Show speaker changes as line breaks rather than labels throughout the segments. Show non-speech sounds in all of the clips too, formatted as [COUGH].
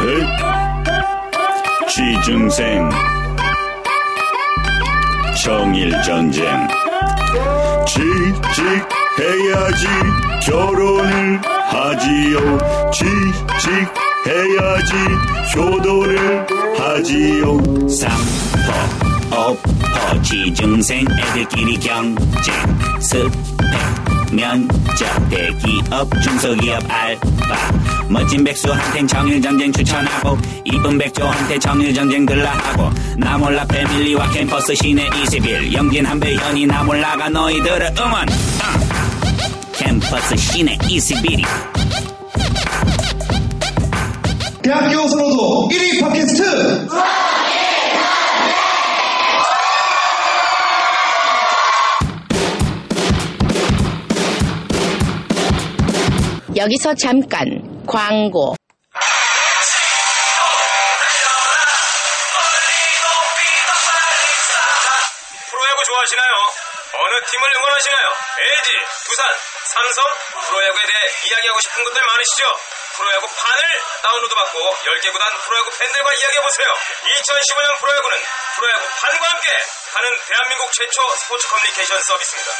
흑, 네. 취중생, 정일전쟁, 취직해야지 결혼을 하지요, 취직해야지 효도를 하지요,
삼포 오포 지중생 애들끼리 경쟁 스펙 면접 대기업 중소기업 알바 멋진 백수한텐 정일전쟁 추천하고 이쁜 백조한테 정일전쟁 들라하고 나몰라 패밀리와 캠퍼스 시내 21 영진 한배 현이 나몰라가 너희들을 응원 땅. 캠퍼스 시내 21이
대학교 선호도 1위 팟캐스트
여기서 잠깐 광고.
프로야구 좋아하시나요? 어느 팀을 응원하시나요? LG, 두산, 삼성, 프로야구에 대해 이야기하고 싶은 분들 많으시죠? 프로야구 판을 다운로드 받고 10개 구단 프로야구 팬들과 이야기해보세요. 2015년 프로야구는 프로야구 판과 함께 하는 대한민국 최초 스포츠 커뮤니케이션 서비스입니다.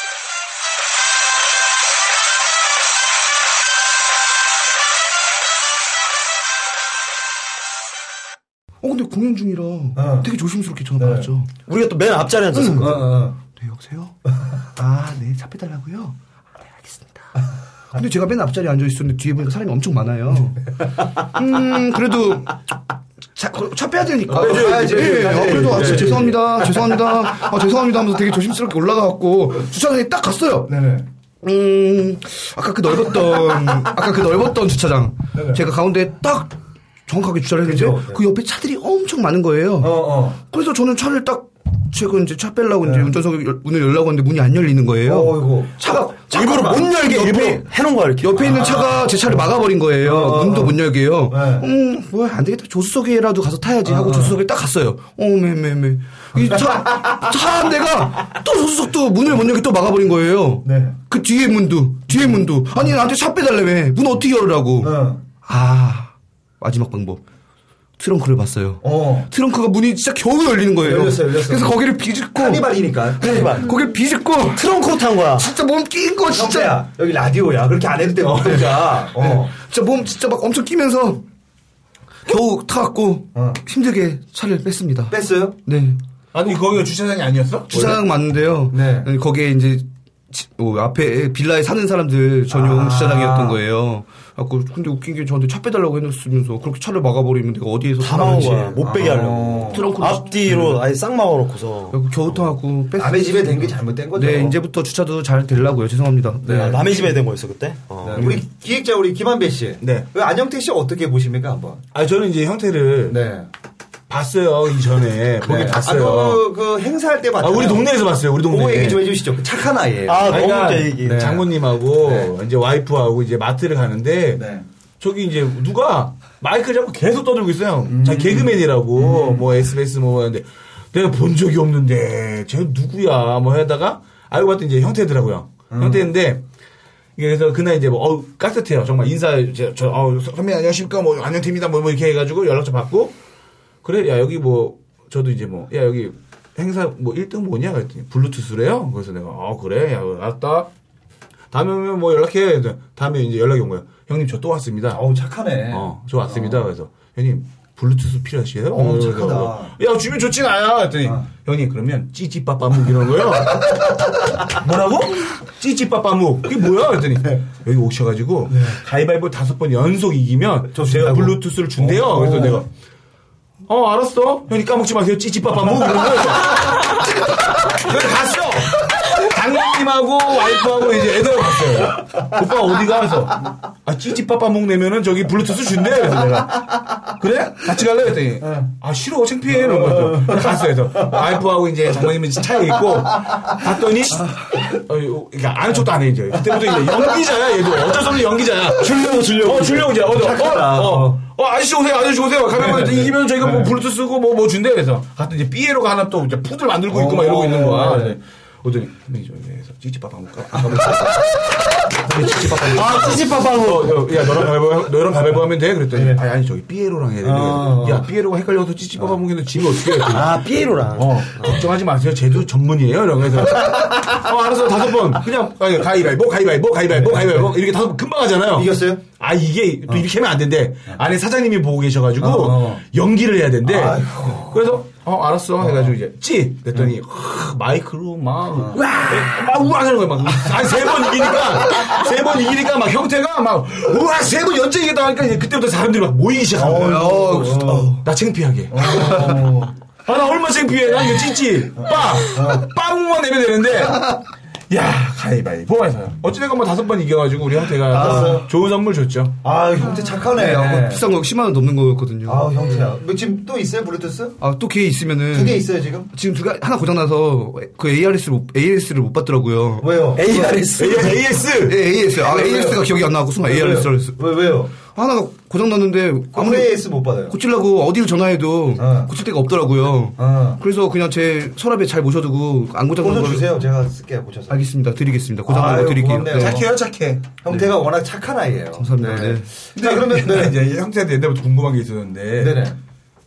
어 근데 공연 중이라 되게 조심스럽게 전화 받았죠.
어. 네. 우리가 또 맨 앞자리에 어, 앉았었거든.
네 여보세요. 아네 차 빼달라고요. 아, 네 알겠습니다. 근데 제가 맨 앞자리에 앉아 있었는데 뒤에 보니까 사람이 엄청 많아요. 음 그래도 차, 차 빼야 되니까.
아, 빼줘야지,
가야지.
빼줘야지.
예, 아, 그래도 아, 진짜
네.
죄송합니다. 죄송합니다. 아, 죄송합니다 하면서 되게 조심스럽게 올라가갖고 주차장에 딱 갔어요.
네네
음, 아까 그 넓었던, 아까 그 넓었던 주차장. 제가 가운데 딱 정확하게 주차를 했는데,
네. 그죠? 네.
그 옆에 차들이 엄청 많은 거예요.
어어
그래서 저는 차를 딱, 제가 이제 차 빼려고
네.
이제 운전석에 열- 문을 열려고 하는데 문이 안 열리는 거예요.
어이구.
차가, 차가
일부러 못 열게
옆에,
일부러 해놓은 거야 이렇게. 아.
옆에 있는 차가 제 차를 막아버린 거예요. 문도 못 열게요.
네.
음, 뭐야, 안 되겠다. 조수석이라도 가서 타야지
아.
하고 조수석에 딱 갔어요. 어, 매, 매, 매. 이 차, 차 한 대가 또 조수석도 문을 못 열게 또 막아버린 거예요.
네.
그 뒤에 문도, 뒤에
음.
문도. 아니, 나한테 차 빼달라며. 문 어떻게 열으라고.
네.
어.
아, 마지막 방법. 트렁크를 봤어요.
어.
트렁크가 문이 진짜 겨우 열리는 거예요.
열렸어요, 열렸어요.
그래서 거기를 비집고.
카니발이니까 카니발
음.
거기를 비집고.
트렁크로 탄 거야.
진짜 몸 낀 거 진짜. 네.
진짜야 여기 라디오야 그렇게 안 해도 되는 거니까
네.
어.
진짜 몸 진짜 막 엄청 끼면서 겨우 타갖고
어.
힘들게 차를 뺐습니다.
뺐어요?
네.
아니 거기가 주차장이 아니었어?
주차장 맞는데요.
네.
네, 거기에 이제 지- 어, 앞에 빌라에 사는 사람들 전용
아.
주차장이었던 거예요. 갖고 근데 웃긴 게 저한테 차 빼달라고 해놨으면서 그렇게 차를 막아버리면 내가 어디에서
다 막은
살았는지.
거야. 못 빼게 하려고.
어.
트렁크로 음.
앞뒤로 아예 싹 막아놓고서.
그래갖고 겨우 타갖고 뺐어요.
남의 집에 된 게 잘못된 거죠
네, 이제부터 주차도 잘 되려고요. 죄송합니다. 네.
아, 남의 집에 된 거였어 그때. 어.
네, 우리 기획자 우리 김한배 씨
네.
그 안영택 씨 어떻게 보십니까 한번
아 저는 이제 형태를
네
봤어요 이전에 보긴
네.
봤어요.
아, 그, 그 행사할 때
아,
봤어요
우리 동네에서 봤어요. 우리 동네.
그거 얘기 좀 해주시죠 그 착한 아이예요
아 너무
그러니까
웃겨 얘기.
네. 장모님하고
네.
이제 와이프하고 이제 마트를 가는데
네.
저기 이제 누가 마이크 잡고 계속 떠들고 있어요. 자 개그맨이라고 뭐 SBS 뭐 하는데 내가 본 적이 없는데 쟤 누구야 뭐 하다가 알고 봤더니 이제 형태더라고요. 형태인데 이게 그래서 그날 이제 뭐 어우 까뜻해요. 정말 인사 이제 저 어우 선배 안녕하십니까 뭐 안녕팀이다 뭐, 뭐 이렇게 해가지고 연락처 받고 그래 야 여기 뭐 저도 이제 뭐 야 여기 행사 뭐 1등 뭐냐 그랬더니 블루투스래요. 그래서 내가 아 그래 야 알았다. 다음에 오면 뭐 연락해. 그래서 다음에 이제 연락이 온 거예요. 형님 저 또 왔습니다.
어우 착하네 [LAUGHS]
어, 저 왔습니다. 그래서 형님 블루투스 필요하시에요? 어, 그래서
착하다. 어.
야 주면 좋진 않아. 그랬더니 형님 그러면 찌찌빠빠묵 이런 거요.
[LAUGHS]
뭐라고? 찌찌빠빠묵 그게 뭐야? 그랬더니
네.
여기 오셔가지고 가위바위보 다섯 번 연속 이기면
저
제가
준다고.
블루투스를 준대요.
어.
그래서 내가 어 알았어. 형님 까먹지 마세요. 찌찌빠빠묵 그런 거. 그래서 갔어. 장모님하고 와이프하고 이제 애들 갔어요. 오빠 어디가? 해서 아 찌찌빠빠묵 내면은 저기 블루투스 준대. 그래서 내가 그래? 같이 갈래? 그랬더니 아 싫어 창피해 이런 거죠. 그래서 갔어요. 그래서 와이프하고 이제 장모님은 차에 있고 갔더니 어, 그러니까 아는 척도 안 해 이제. 그때부터 이제 연기자야 얘도 어쩔 수 없는 연기자야. 줄려고 줄려고. 어 줄려고 이제 어디 어,
착하다.
어, 어. 어, 아저씨 오세요, 아저씨 오세요. 가면 네. 이기면 저희가 어, 뭐 블루투스고 뭐, 뭐 준대. 그래서. 하여튼 이제 삐에로가 하나 또 이제 푸들 만들고 있고 막 이러고 있는 거야. 그래서 어더니 매니저 회사에서 찌찌밥 안 먹을까? 안 먹을까? [LAUGHS] 찌찌밥 안 먹을까?
찌찌빠빠로.
어, 네. 야, 너랑 가위바위보, 너랑 가위바위보 하면 돼? 그랬더니, 아니, 아니, 저기 삐에로랑 해야 돼.
어, 어.
예, 야, 삐에로가 헷갈려서 찌찌밥 안 먹는데 지금 어떻게 해?
아, 삐에로랑.
어, 걱정하지 마세요. 쟤도 전문이에요. 이러면서. 어, 알았어. 다섯 번. 그냥, 아니, 가위바위보, 가위바위보, 가위바위보, 가위바위보. 이렇게 다섯 번 금방 하잖아요.
네. 이겼어요?
아, 이게 또 이렇게 하면 안 된대. 안에 사장님이 보고 계셔가지고
어.
연기를 해야 된대. 그래서, 어, 알았어. 해가지고 이제, 찌! 그랬더니,
네.
하, 마이크로
어.
막, 와! 막 우왕 하는 거야. 막, 아니, 세번 이기니까, 세 번 이기니까 막 형태가 막, 우와, 세 번 연재 이겼다 하니까 이제 그때부터 사람들이 막 모이기 시작한 거야. 어, 그래서, 어, 나 창피하게. 아, 나 얼마 창피해. 나 이거 찌찌. 빵!
어.
빵만 내면 되는데. 야, 가위바위보 해서요. 어찌됐건 뭐 다섯 번 이겨가지고 우리 형태가 또 좋은 선물 줬죠.
아, 형태 착하네요.
네. 비싼 거 10만 원 넘는 거였거든요.
아, 형태야. 뭐 지금 또 있어요? 블루투스?
아, 또 기회 있으면은.
두 개 있어요, 지금?
지금 두개 하나 고장나서 그 ARS 못, AS를 못 받더라고요.
왜요?
ARS.
예,
AS!
AS. 아,
왜요?
AS가 기억이 안 나고 순간 ARS를 했어.
왜, 왜요?
하나가 고장났는데
아무리
아무리
AS 못 받아요.
고치려고 뭐- 어디를 전화해도
어.
고칠 데가 없더라고요.
어.
그래서 그냥 제 서랍에 잘 모셔두고 안 고장난
돈좀
거
주세요. 제가 쓸게요, 고쳐서.
알겠습니다. 드리겠습니다. 고장난
아유,
거 드릴게요.
고맙네요.
네.
착해요,
착해.
형태가 워낙 착한 아이예요.
감사합니다. 네.
근데
자,
그러면
그러면,
내가
네.
이제 형태한테 옛날부터 궁금한 게 있었는데.
네네.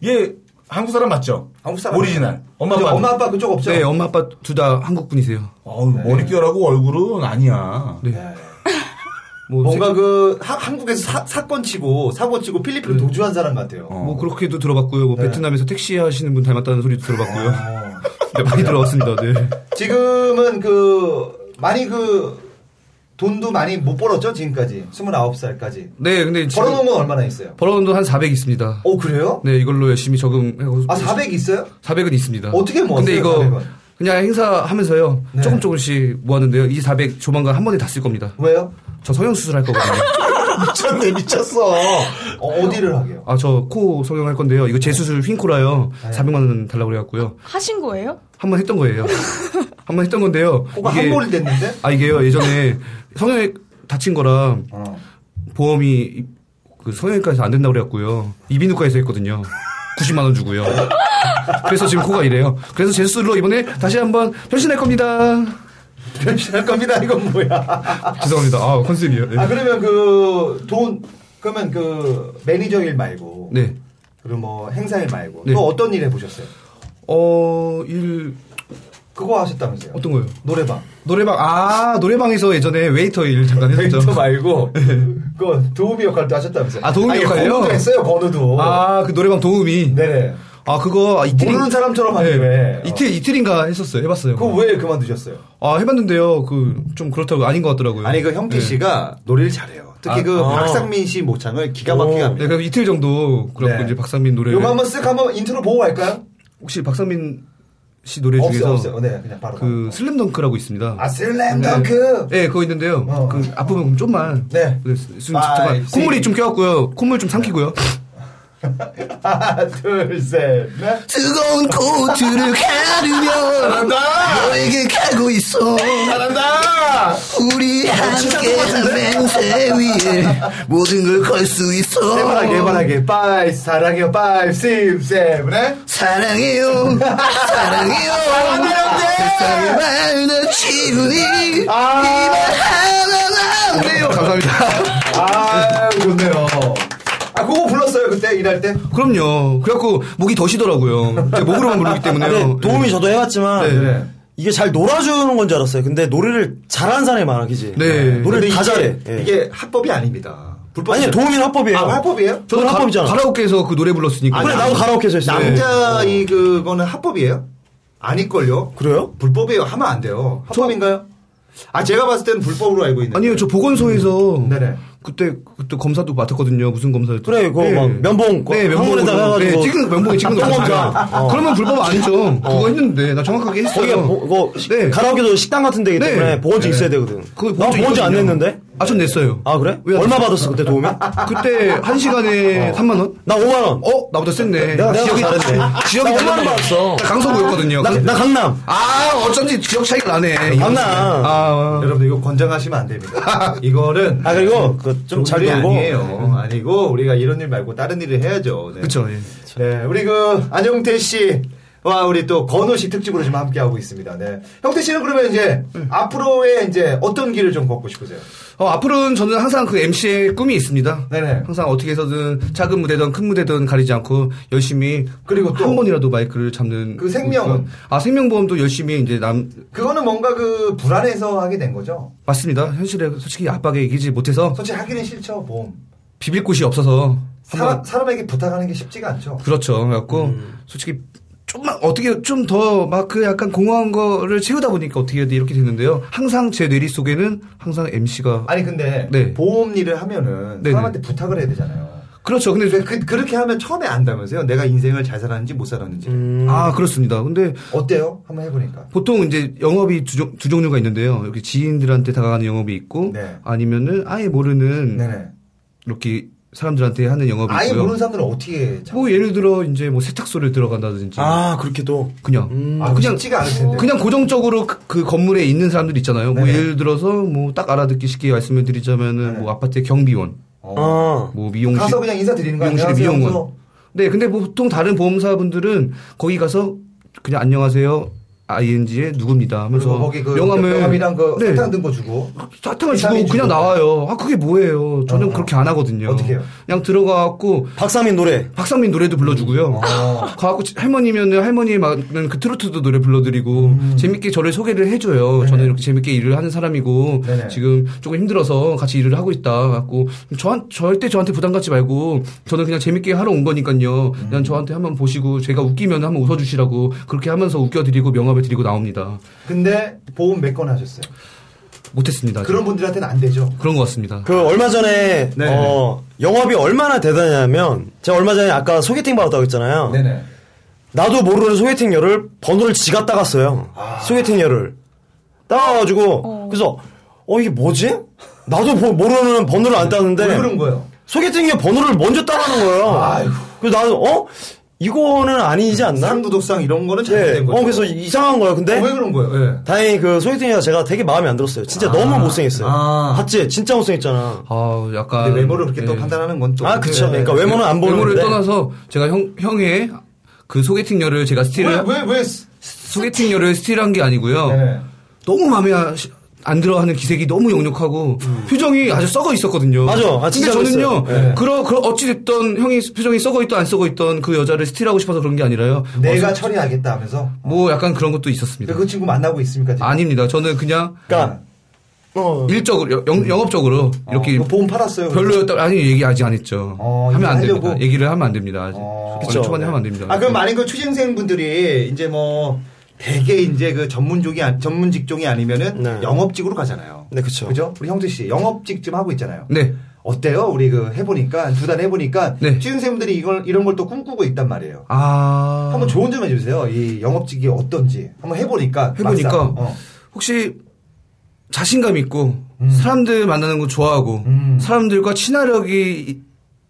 얘 한국 사람 맞죠?
한국 사람.
오리지널. 엄마,
근데
아빠.
엄마, 아빠 네. 그쪽 없죠?
네, 엄마 아빠 둘 다 한국 분이세요.
어우, 머릿결하고 얼굴은 아니야.
네. 뭐,
뭔가
세-
그 하- 한국에서 사, 사건 치고 사고 치고
음.
필리핀으로 도주한 사람 같아요.
어.
뭐 그렇게도 들어봤고요.
네.
뭐 베트남에서 택시 하시는 분 닮았다는 소리도 들어봤고요.
아,
[LAUGHS] 네, 많이 들어봤습니다. 네.
지금은 그 많이 그 돈도 많이 못 벌었죠 지금까지 29살까지
네, 근데 지금
벌어놓은 건 얼마나 있어요?
벌어놓은 돈 한 400 있습니다.
오 그래요?
네, 이걸로 열심히 저금하고
아 400 있어요?
400은 있습니다.
어떻게 모았어요,
근데 이거
400은?
그냥 행사하면서요.
네.
조금 조금씩 모았는데요. 이 400 조만간 한 번에 다 쓸 겁니다.
왜요? [LAUGHS]
저 성형 수술할 거거든요.
미쳤네, 미쳤어.
어, 디를 하게요?
아, 저 코 성형할 건데요. 이거
네.
재수술 휜코라요. 400만 원 달라고 그래 갖고요.
하신 거예요?
한 번 했던
[LAUGHS]
거예요. 한 번 했던 건데요.
코가 한 볼이 됐는데?
아, 이게요. 예전에 성형에 다친 거라
어.
보험이 이- 그 성형외과에서 안 된다고 그래갖고요. 이비인후과에서 했거든요. 90만 원 주고요. 그래서 지금 코가 이래요. 그래서 제수술로 이번에 다시 한번 변신할 겁니다.
변신할 겁니다 이건 뭐야?
죄송합니다. 아, 컨셉이요. 네.
아 그러면 그 돈 그러면 그 매니저 일 말고
네.
그리고 뭐 행사 일 말고
네.
또 어떤 일 해보셨어요?
어, 일
그거 하셨다면서요?
어떤 거요?
노래방
노래방 아, 노래방에서 예전에 웨이터 일 잠깐 했었죠. 네.
벤처 말고
[LAUGHS]
그 도우미 역할도 하셨다면서요?
아, 도우미
아니,
역할이요?
건우도 했어요 건우도
아, 그 노래방 도우미.
네네
아, 그거 아, 이틀
모르는 사람처럼 하네, 왜.
이틀 이틀인가 했었어요. 해 봤어요.
그거 왜 그만두셨어요?
아, 해 봤는데요. 그 좀 그렇다고 아닌 것 같더라고요.
아니 그 형태
네. 아,
씨가 노래를 잘해요. 특히 그 박상민 씨 모창을 기가 막히게
네,
합니다.
그래서 이틀 정도 그렇고
네.
이제 박상민 노래
요거 한번 쓱 한번 인트로 보고 갈까요?
혹시 박상민 씨 노래
없어요,
중에서
없어요. 네, 그냥 바로.
그 슬램덩크라고 있습니다.
아 슬램덩크.
네, 그거 있는데요.
어.
그 앞부분 좀만.
네.
수- 수-
아,
잠깐
아,
콧물이
씨.
좀 껴갖고요. 콧물 좀 삼키고요.
[LAUGHS] 하나, 둘, 셋, 넷. [LAUGHS]
뜨거운 코트를 가르며 잘한다. 너에게 가고 있어. 어.
잘한다.
우리 함께 맹세 위에 모든 걸 걸 수 있어.
해바라기, 해바라기. 파이 사랑해요, 파이 십, 세븐, 에 [LAUGHS]
사랑해요. 사랑해요. 세상에
아.
많은 기분이 이만 하나 남네요. 감사합니다.
아, 좋네요. 아, 그거 불렀어요 그때 일할 때?
그럼요. 그래갖고 목이 더 쉬더라고요. 제가 목으로만 부르기 때문에요.
네,
근데 도움이 저도 해봤지만.
네.
이게 잘 놀아주는 건 줄 알았어요. 근데 노래를 잘하는 사람이 많아, 그지?
네.
노래를 다
이게-
잘해. 예.
이게 합법이 아닙니다. 불법.
아니, 도우미는 합법이에요.
아, 합법이에요?
저도
가-
합법이잖아.
가라오케에서 그 노래 불렀으니까.
그래, 나도 가라오케에서 했어.
남자 이 그거는 합법이에요? 아닐걸요?
그래요?
불법이에요. 하면 안 돼요. 합법인가요? 아 제가 봤을 때는 불법으로 알고 있는데.
아니요, 저 보건소에서
네네.
그때 그때 검사도 맡았거든요. 무슨 검사였죠?
그래, 그거 막 면봉,
네,
항문에다가
면봉에다가
해가지고.
찍은 면봉에 찍은 거
똥검사. 어.
맞아요. 어. 그러면 불법 아니죠. 그거 했는데 나 정확하게
거기가
했어요.
보, 그거 뭐, 시-
네.
가라오케도 식당 같은 데이기
네.
때문에 보건증
네.
있어야 되거든.
그거
나 보건증 안
있거든요.
냈는데?
아, 전 냈어요.
아, 그래?
왜안
얼마
냈어요?
받았어, 그때 도우미?
그때 한 시간에 3만 원?
나 5만원.
어, 나보다 셌네.
내가
지역이
잘했네.
지역이
나 얼마나
달랐네.
받았어?
나 강서구였거든요.
나,
근데.
나 강남.
아, 어쩐지 지역 차이가 나네.
강남.
아,
여러분 이거 권장하시면 안 됩니다. 이거는
아, 그리고 그
좋은
좀 잘
일이
놀고.
아니에요.
그렇죠.
아니고 우리가 이런 일 말고 다른 일을 해야죠. 네.
그쵸. 예.
네, 우리 그 안영태 씨 와, 우리 또 건우 씨 특집으로 지금 함께하고 있습니다. 네. 형태 씨는 그러면 이제 앞으로의 이제 어떤 길을 좀 걷고 싶으세요?
어, 앞으로는 저는 항상 그 MC의 꿈이 있습니다.
네네.
항상 어떻게 해서든 작은 무대든 큰 무대든 가리지 않고 열심히
그리고 또
한 번이라도 마이크를 잡는
그 생명은?
그런- 아 생명보험도 열심히 이제 남
그거는 뭔가 그 불안해서 하게 된 거죠.
맞습니다. 현실에 솔직히 압박에 이기지 못해서
솔직히 하기는 싫죠, 보험.
비빌 곳이 없어서 한번
사람, 사람에게 부탁하는 게 쉽지가 않죠.
그렇죠. 그래갖고
음.
솔직히 좀만 어떻게 좀 더 막 그 약간 공허한 거를 채우다 보니까 어떻게 해야 돼 이렇게 됐는데요. 항상 제 뇌리 속에는 항상 MC가
아니, 근데
네.
보험 일을 하면은
네네.
사람한테 부탁을 해야 되잖아요.
그렇죠. 근데
근데 그, 렇게 하면 처음에 안다면서요? 내가 인생을 잘 살았는지 못 살았는지.
아 그렇습니다. 근데
어때요? 한번 해보니까.
보통 이제 영업이 두, 종- 두 종류가 있는데요. 이렇게 지인들한테 다가가는 영업이 있고
네.
아니면은 아예 모르는
네네.
이렇게 사람들한테 하는 영업이
아예
있고요.
모르는 사람들은 어떻게 참.
뭐 예를 들어 이제 뭐 세탁소를 들어간다든지
아, 그렇게도.
그냥
아,
음. 그냥
쉽지가 않을 텐데.
그냥 고정적으로 그, 그 건물에 있는 사람들 있잖아요. 뭐
네네.
예를 들어서 뭐 딱 알아듣기 쉽게 말씀을 드리자면은
네네.
뭐 아파트 의 경비원,
아.
뭐 미용실,
가서 그냥 인사드리는 거
미용실의
안녕하세요
미용원.
하면서.
네, 근데 보통 다른 보험사분들은 거기 가서 그냥 안녕하세요. ING의 누굽니다
그리고
하면서
거기 그
명함을
명함이랑 그
네,
사탕 든 거 주고.
사탕을 주고
사탕이 주고.
그냥 나와요. 아 그게 뭐예요? 저는
어, 어.
그렇게 안 하거든요.
어떻게 해요?
그냥 들어가갖고
박상민 노래.
박상민 노래도 불러주고요.
아.
가갖고 할머니면은 할머니에 맞는 그 트로트도 노래 불러드리고
음.
재밌게 저를 소개를 해줘요. 저는 이렇게 재밌게 일을 하는 사람이고
네네.
지금 조금 힘들어서 같이 일을 하고 있다. 갖고 저한 절대 저한테 부담 갖지 말고 저는 그냥 재밌게 하러 온거니깐요
음.
그냥 저한테 한번 보시고 제가 웃기면 한번 웃어주시라고 그렇게 하면서 웃겨드리고 명함을 드리고 나옵니다.
근데 보험 몇 건 하셨어요.
못했습니다. 아직.
그런 분들한테는 안 되죠.
그런 것 같습니다.
그 얼마 전에 어, 영업이 얼마나 대단하냐면 제가 얼마 전에 아까 소개팅 받았다고 했잖아요.
네네.
나도 모르는 소개팅녀를 번호를 지가 따갔어요. 소개팅녀를 따가지고 그래서 어 이게 뭐지? 나도 모- 모르는 번호를 안 따는데
왜 그런 거예요?
소개팅녀 번호를 먼저 따가는 거예요.
아이고.
그래서 나도 어 이거는 아니지 않나?
상도덕상 이런 거는
네.
잘못된 거죠.
어 그래서 이상한 거예요. 근데
어, 왜 그런 거예요? 예.
다행히 그 소개팅녀가 제가 되게 마음에 안 들었어요. 진짜 너무 못생겼어요.
아.
봤지? 진짜 못생겼잖아.
아 약간
근데 외모를 그렇게 또
예.
판단하는 건 또.
아 그쵸.
네.
그러니까 외모는 안 보는
외모를
건데.
떠나서 제가 형 형의 그 소개팅녀를 제가
왜,
스틸을
왜, 왜.
소개팅녀를 스틸한 게 아니고요.
네네.
너무 마음에 아- 안 들어하는 기색이 너무 역력하고
음.
표정이 아주 썩어 있었거든요.
맞아. 아, 진짜
근데 저는요.
그랬어요. 네.
그러 그 어찌 됐던 형이 표정이 썩어 있던 안 썩어 있던 그 여자를 스틸하고 싶어서 그런 게 아니라요.
내가
어서-
처리하겠다 하면서.
뭐 약간 그런 것도
근데
있었습니다.
그 친구 만나고 있습니까? 지금?
아닙니다. 저는 그냥
그러니까 어.
일적으로 영, 영업적으로 이렇게
뭐 보험 팔았어요.
별로였다 아니 얘기 아직 안 했죠.
어,
하면 안
하려고?
됩니다. 얘기를 하면 안 됩니다. 아직
어,
원래
그쵸.
초반에 하면 안 됩니다.
아, 그럼 만약 그 취준생 분들이 이제 뭐 대개 이제 그 전문직이 아니- 전문 직종이 아니면은
네.
영업직으로 가잖아요.
네, 그쵸.
그죠? 우리 형태 씨 영업직 지금 하고 있잖아요.
네.
어때요? 우리 그 해보니까 두 달 해보니까
네.
취준생분들이 이걸 이런 걸 또 꿈꾸고 있단 말이에요.
아
한번 좋은 점 해주세요. 이 영업직이 어떤지 한번 해보니까
해보니까
막상, 어.
그러니까 혹시 자신감 있고 사람들 만나는 거 좋아하고
음.
사람들과 친화력이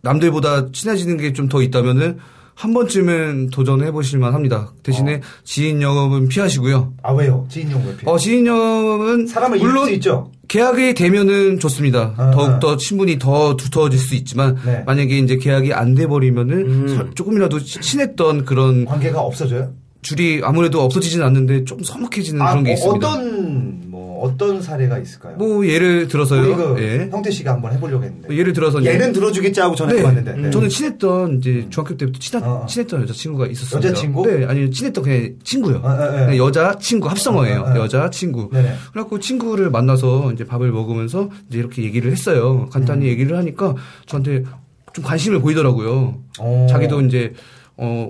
남들보다 친해지는 게 좀 더 있다면은 한 번쯤은 도전해 보실만 합니다.
어.
대신에 지인 영업은 피하시고요.
아 왜요? 지인 연구에
어 지인 영업은
사람을 잃을
물론
수 있죠.
계약이 되면은 좋습니다.
아,
더욱 더 친분이 더 두터워질 수 있지만
네.
만약에 이제 계약이 안 돼 버리면은 서- 조금이라도 치- 친했던 그런
관계가 없어져요?
줄이 아무래도 없어지진 않는데 조금 서먹해지는
아,
네, 그런 게
어,
있습니다.
어떤 뭐 어떤 사례가 있을까요?
뭐 예를
우리
들어서요.
그
예. 뭐
형태 씨가 한번 해보려고 했는데
예를 들어서 이제-
얘는 들어주겠지 하고 전화
네,
해봤는데 네. 음.
저는 친했던 이제 중학교 때부터 친한
어, 어.
친했던 여자 친구가 있었습니다.
여자친구?
네, 아니 친했던 그냥 친구요.
어, 어, 어.
여자 친구 합성어예요.
어, 어, 어.
여자 친구.
네네.
그래갖고 친구를 만나서 이제 밥을 먹으면서 이제 이렇게 얘기를 했어요.
음.
간단히 얘기를 하니까 저한테 좀 관심을 보이더라고요.
어.
자기도 이제 어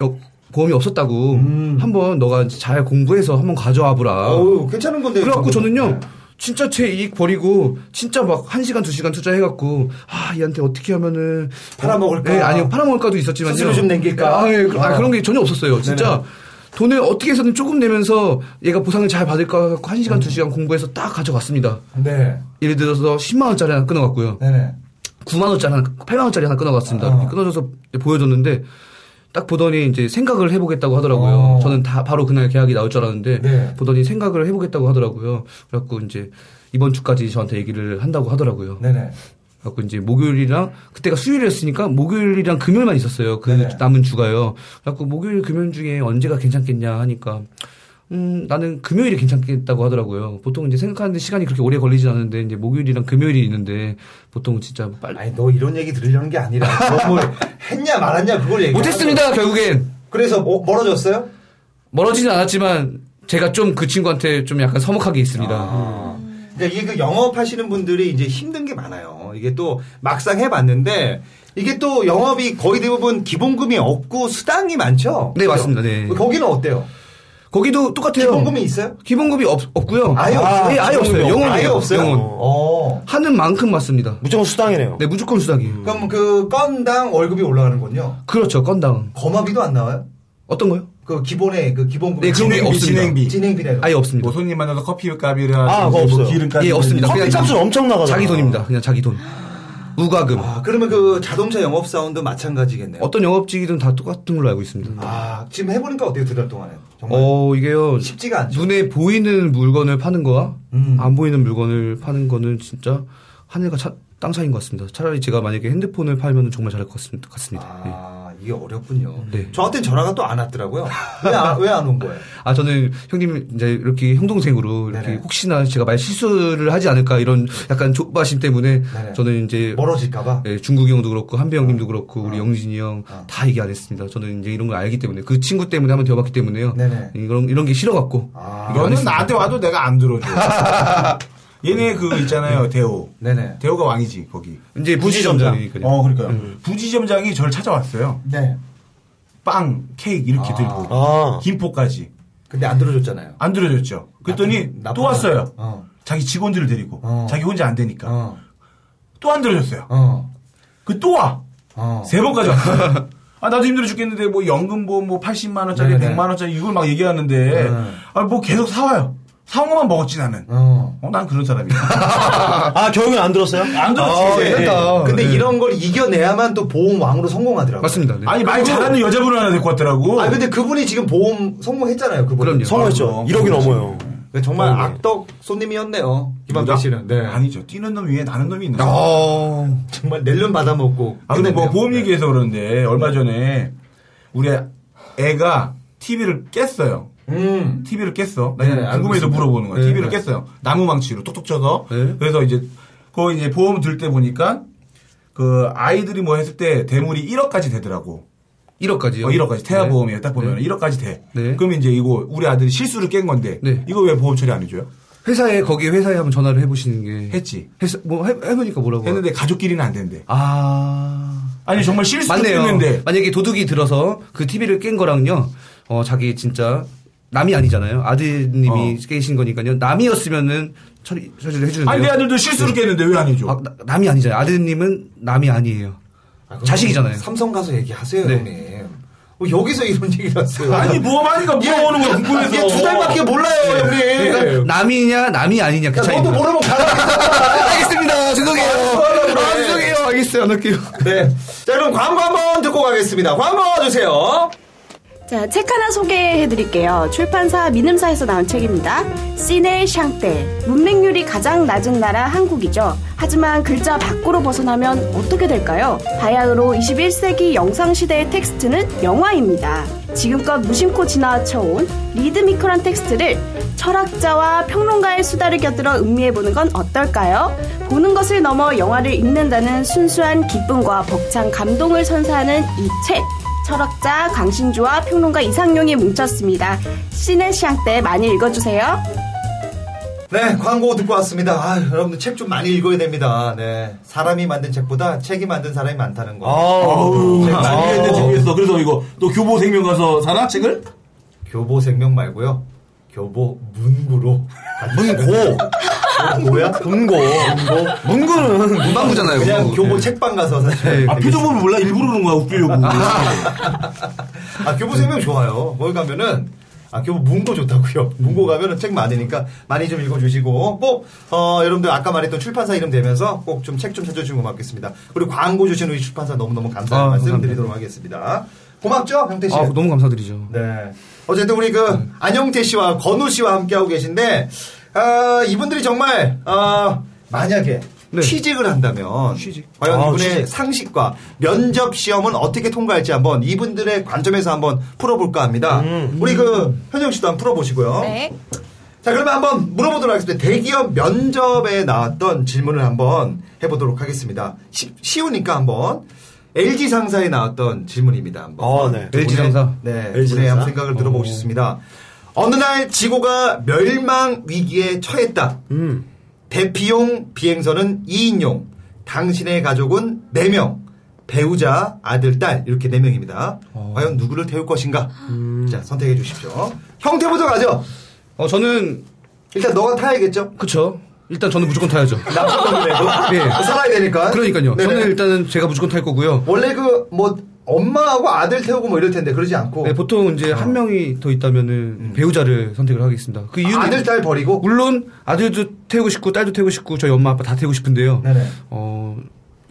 역- 보험이 없었다고 한번 너가 이제 잘 공부해서 한번 가져와 보라.
음. 어우, 괜찮은 건데
그래갖고
저는.
저는요 진짜 제 이익 버리고 진짜 막 한 시간 두 시간 투자해갖고 아 얘한테 어떻게 하면은
팔아먹을까?
네, 아니요 팔아먹을까도 있었지만요
수수료 좀 낸길까?
아, 예, 그- 아,
어.
그런 게 전혀 없었어요 진짜
네네.
돈을 어떻게 해서든 조금 내면서 얘가 보상을 잘 받을까 갖고 한 시간 두 시간 공부해서 딱 가져갔습니다
네.
예를 들어서 10만 원짜리 하나 끊어갔고요
네네.
9만 원짜리 하나 8만 원짜리 하나 끊어갔습니다 이렇게
아.
끊어져서 보여줬는데 딱 보더니 이제 생각을 해보겠다고 하더라고요.
어.
저는 다 바로 그날 계약이 나올 줄 알았는데
네.
보더니 생각을 해보겠다고 하더라고요. 그래갖고 이제 이번 주까지 저한테 얘기를 한다고 하더라고요.
네네.
갖고 이제 목요일이랑 그때가 수요일이었으니까 목요일이랑 금요일만 있었어요. 그
네네.
남은 주가요. 그래갖고 목요일 금요일 중에 언제가 괜찮겠냐 하니까 음 나는 금요일이 괜찮겠다고 하더라고요. 보통 이제 생각하는데 시간이 그렇게 오래 걸리진 않는데 이제 목요일이랑 금요일이 있는데 보통 진짜 빨리
아니 너 이런 얘기 들으려는 게 아니라 너뭘 했냐 말았냐 그걸 얘기.
못했습니다 결국엔
그래서 뭐- 멀어졌어요?
멀어지진 않았지만 제가 좀 그 친구한테 좀 약간 서먹하게 있습니다. 어.
그러니까 이게 그 영업하시는 분들이 이제 힘든 게 많아요. 이게 또 막상 해봤는데 이게 또 영업이 거의 대부분 기본금이 없고 수당이 많죠.
네, 맞습니다. 네.
거기는 어때요?
거기도 똑같아요.
기본금이 있어요?
기본금이 없, 없고요.
아예 없어요.
예, 아예 없어요. 영원이에요.
아예 없어요.
영원.
어.
하는 만큼 맞습니다.
무조건 수당이네요.
네, 무조건 수당이에요.
그럼 그 건당 월급이 올라가는군요.
그렇죠, 건당.
거마비도 안 나와요?
어떤 거요?
그 기본의 그 기본금.
네, 그런 게
진행비,
없습니다.
진행비.
진행비래요.
아예 없습니다.
뭐 손님 만나서 커피 값이라
아, 그거 없어요.
기름값
예, 없습니다. 그냥
커피값은 엄청 나가잖아.
자기 돈입니다. 그냥 자기 돈. 우가금.
아, 그러면 그 자동차 영업 사원도 마찬가지겠네요.
어떤 영업직이든 다 똑같은 걸로 알고 있습니다.
아, 지금 해보니까 어때요? 두 달 동안에. 정말.
어, 이게요.
쉽지가 않죠.
눈에 보이는 물건을 파는 거와
음.
안 보이는 물건을 파는 거는 진짜 하늘과 차- 땅 차이인 것 같습니다. 차라리 제가 만약에 핸드폰을 팔면 정말 잘할 것 같습니다. 같습니다. 예.
아, 이게 어렵군요.
네.
저한테는 전화가 또 안 왔더라고요. 왜 안 온 거예요?
아 저는 형님 이제 이렇게 형 동생으로 이렇게
네네.
혹시나 제가 말 실수를 하지 않을까 이런 약간 조바심 때문에
네네.
저는 이제
멀어질까봐.
예, 중국이 형도 그렇고 한배 형님도 그렇고 우리 영진이 형 다 얘기 안 했습니다. 저는 이제 이런 걸 알기 때문에 그 친구 때문에 한번 되어봤기 때문에요. 예,
네네.
이런 이런 게 싫어갖고
아.
이거 안
너는
했습니다.
나한테 와도 내가 안 들어줘.
[LAUGHS]
얘네 그 있잖아요 대호.
네네.
대호가 왕이지 거기.
이제 부지점장이니까요.
어 그러니까요. 부지점장이 저를 찾아왔어요.
네.
빵, 케이크 이렇게 들고
아.
김포까지
근데 안 들어줬잖아요.
안 들어줬죠. 그랬더니
나쁜-
또
나쁜-
왔어요.
어.
자기 직원들을 데리고
어.
자기 혼자 안 되니까
아.
어.
또 안 들어줬어요.
어.
그 또 와.
어.
세 번까지 왔어요. 아, 나도 힘들어 죽겠는데, 뭐, 연금, 뭐, 뭐, 80만원짜리,
네네.
100만원짜리, 이걸 막 얘기하는데,
네.
아, 뭐, 계속 사와요. 사온 것만 먹었지, 나는.
어.
어, 난 그런
[LAUGHS]
사람이야.
아, 결국엔 안 들었어요?
안 들었지.
예.
그러니까.
괜찮다.
근데
네.
이런 걸 이겨내야만 또 보험 왕으로 성공하더라고요.
맞습니다. 네.
아니, 말 잘하는 여자분을 하나 데리고 왔더라고.
아, 근데 그분이 지금 보험 성공했잖아요. 그분.
그럼요.
성공했죠. 1억이 넘어요.
그러니까 정말
네.
악덕 손님이었네요. 김한배
누가?
씨는. 네.
아니죠. 뛰는 놈 위에 나는 놈이 있는 거야.
아.
어...
정말 낼름 받아먹고.
아, 근데 뭐
끝냈네요.
보험 얘기해서 그러는데 얼마 전에 우리 애가 TV를 깼어요.
음.
TV를 깼어.
네,
나 지금
알고
궁금해서
있습니다.
물어보는 거야.
네,
TV를
네.
깼어요. 나무망치로 똑똑 쳐서.
네.
그래서 이제 거기 이제 보험 들 때 보니까 그 아이들이 뭐 했을 때 대물이 1억까지 되더라고.
1억까지요.
어, 1억까지 태아 보험이에요. 딱 보면 1억까지 돼.
네.
그럼 이제 이거 우리 아들이 실수를 깬 건데
네.
이거 왜 보험 처리 안 해줘요?
회사에 거기 회사에 한번 전화를 해보시는 게
했지.
했- 뭐 해, 해보니까 뭐라고
했는데 가족끼리는 안 된대.
아
아니 정말 실수를
맞네요.
깼는데
만약에 도둑이 들어서 그 TV를 깬 거랑요, 어, 자기 진짜 남이 아니잖아요. 아드님이
어.
깨신 거니까요. 남이었으면은 처리, 처리를 해주는데.
아니 내 아들도 실수를 깼는데 왜 안 해줘?
남이 아니잖아요. 아드님은 남이 아니에요.
아,
자식이잖아요.
삼성 가서 얘기하세요,
네.
형님. 뭐 여기서 이런 [LAUGHS] 얘기를 하세요.
아니 뭐 보험하니까 물어보는 거야 궁금해서.
이게 두 달밖에 몰라요, 형님.
남이냐, 남이 아니냐, 그
야,
차이.
너도 모르면 [LAUGHS] 가라.
알겠습니다. 죄송해요. 아, 죄송해요. 알겠어요. 안 할게요.
네. 자, 그럼 광고 한번 듣고 가겠습니다. 광고 주세요.
자, 책 하나 소개해드릴게요. 출판사 민음사에서 나온 책입니다. 시네 샹떼. 문맹률이 가장 낮은 나라 한국이죠. 하지만 글자 밖으로 벗어나면 어떻게 될까요? 바야흐로 21세기 영상시대의 텍스트는 영화입니다. 지금껏 무심코 지나쳐온 리드미컬한 텍스트를 철학자와 평론가의 수다를 곁들여 음미해보는 건 어떨까요? 보는 것을 넘어 영화를 읽는다는 순수한 기쁨과 벅찬 감동을 선사하는 이 책. 철학자 강신주와 평론가 이상용이 뭉쳤습니다. 시네시앙 때 많이 읽어주세요.
네, 광고 듣고 왔습니다. 아, 여러분들 책 좀 많이 읽어야 됩니다. 네. 사람이 만든 책보다 책이 만든 사람이 많다는 거.
아우,
책
나
많이
이랬는데
읽어야
재밌어. 그래서 이거 너 교보 생명 가서 사나 책을?
교보 생명 말고요. 교보 문구로.
문고.
뭐야?
문고. 문고는.
문방구잖아요.
그냥
문방구.
교보
네.
책방 가서 사실.
네.
아 표정 보면 몰라 일부러 그런 거야 웃기려고.
아, 교보 생명 좋아요. 거기 가면은, 아, 교보 문고 좋다고요. [LAUGHS] 문고 가면은 책 많으니까 많이 좀 읽어주시고, 꼭, 어, 여러분들 아까 말했던 출판사 이름 되면서 꼭 좀 책 좀 찾아주시면 고맙겠습니다. 그리고 광고 주신 우리 출판사 너무너무 감사한
아,
말씀
감사합니다.
드리도록 하겠습니다. 고맙죠, 형태 씨?
아, 너무 감사드리죠.
네. 어쨌든 우리 그 안영태 씨와 건우 씨와 함께하고 계신데 아, 이분들이 정말 아, 만약에
네.
취직을 한다면
취직.
과연
아,
이분의
취직.
상식과 면접 시험은 어떻게 통과할지 한번 이분들의 관점에서 한번 풀어볼까
음,
합니다. 우리 그 현영 씨도 한번 풀어보시고요.
네.
자, 그러면 한번 물어보도록 하겠습니다. 대기업 면접에 나왔던 질문을 한번 해보도록 하겠습니다. 쉬, 쉬우니까 한번 LG 상사에 나왔던 질문입니다. 한번.
아, 네.
LG 상사.
네,
LG
분의
상사.
한번 생각을 들어보고 싶습니다. 어느 날 지구가 멸망 위기에 처했다.
음.
대피용 비행선은 2인용, 당신의 가족은 4명, 배우자, 아들, 딸, 이렇게 4명입니다.
어.
과연 누구를 태울 것인가?
음.
자, 선택해 주십시오. 형태부터 가죠.
어, 저는,
일단 너가 타야겠죠?
그쵸. 일단 저는 무조건 타야죠.
남편도 내고
예.
어, 살아야 되니까.
그러니까요.
네네.
저는 일단은 제가 무조건 탈 거고요.
원래 그 뭐 엄마하고 아들 태우고 뭐 이럴 텐데 그러지 않고
네, 보통
어.
이제 한 명이 더 있다면은 배우자를 선택을 하겠습니다. 그 이유는
음. 아들 딸 버리고
물론 아들도 태우고 싶고 딸도 태우고 싶고 저희 엄마 아빠 다 태우고 싶은데요.
네네.
어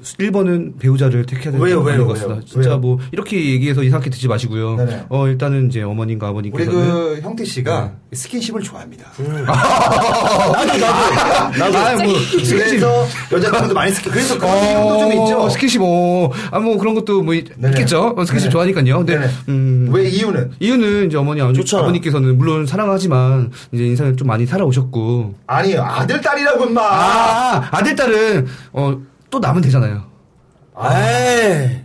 1번은 배우자를 택해야 되는
왜요,
거
왜요,
아닌 것 같습니다.
왜요?
진짜
왜요?
뭐 이렇게 얘기해서 이상하게 듣지 마시고요.
네네.
어 일단은 이제 어머님과
우리
아버님께서는
그 형태 씨가 스킨십을 음. 좋아합니다.
음. 나도 아, 뭐
그래서 여자친구도 많이 스킨. 그래서 그런 이유도 좀 있죠.
어, 스킨십 뭐 아 뭐 그런 것도 뭐 있-
네네.
있겠죠. 어,
네네.
스킨십 좋아하니까요. 근데
네네.
음
왜 이유는?
이유는 이제 어머니 아버지,
좋잖아.
아버님께서는 물론 사랑하지만 이제 인생을 좀 많이 살아오셨고
아니 아들 딸이라고 인마.
아, 아들 딸은 어, 또 남은 되잖아요.
에이.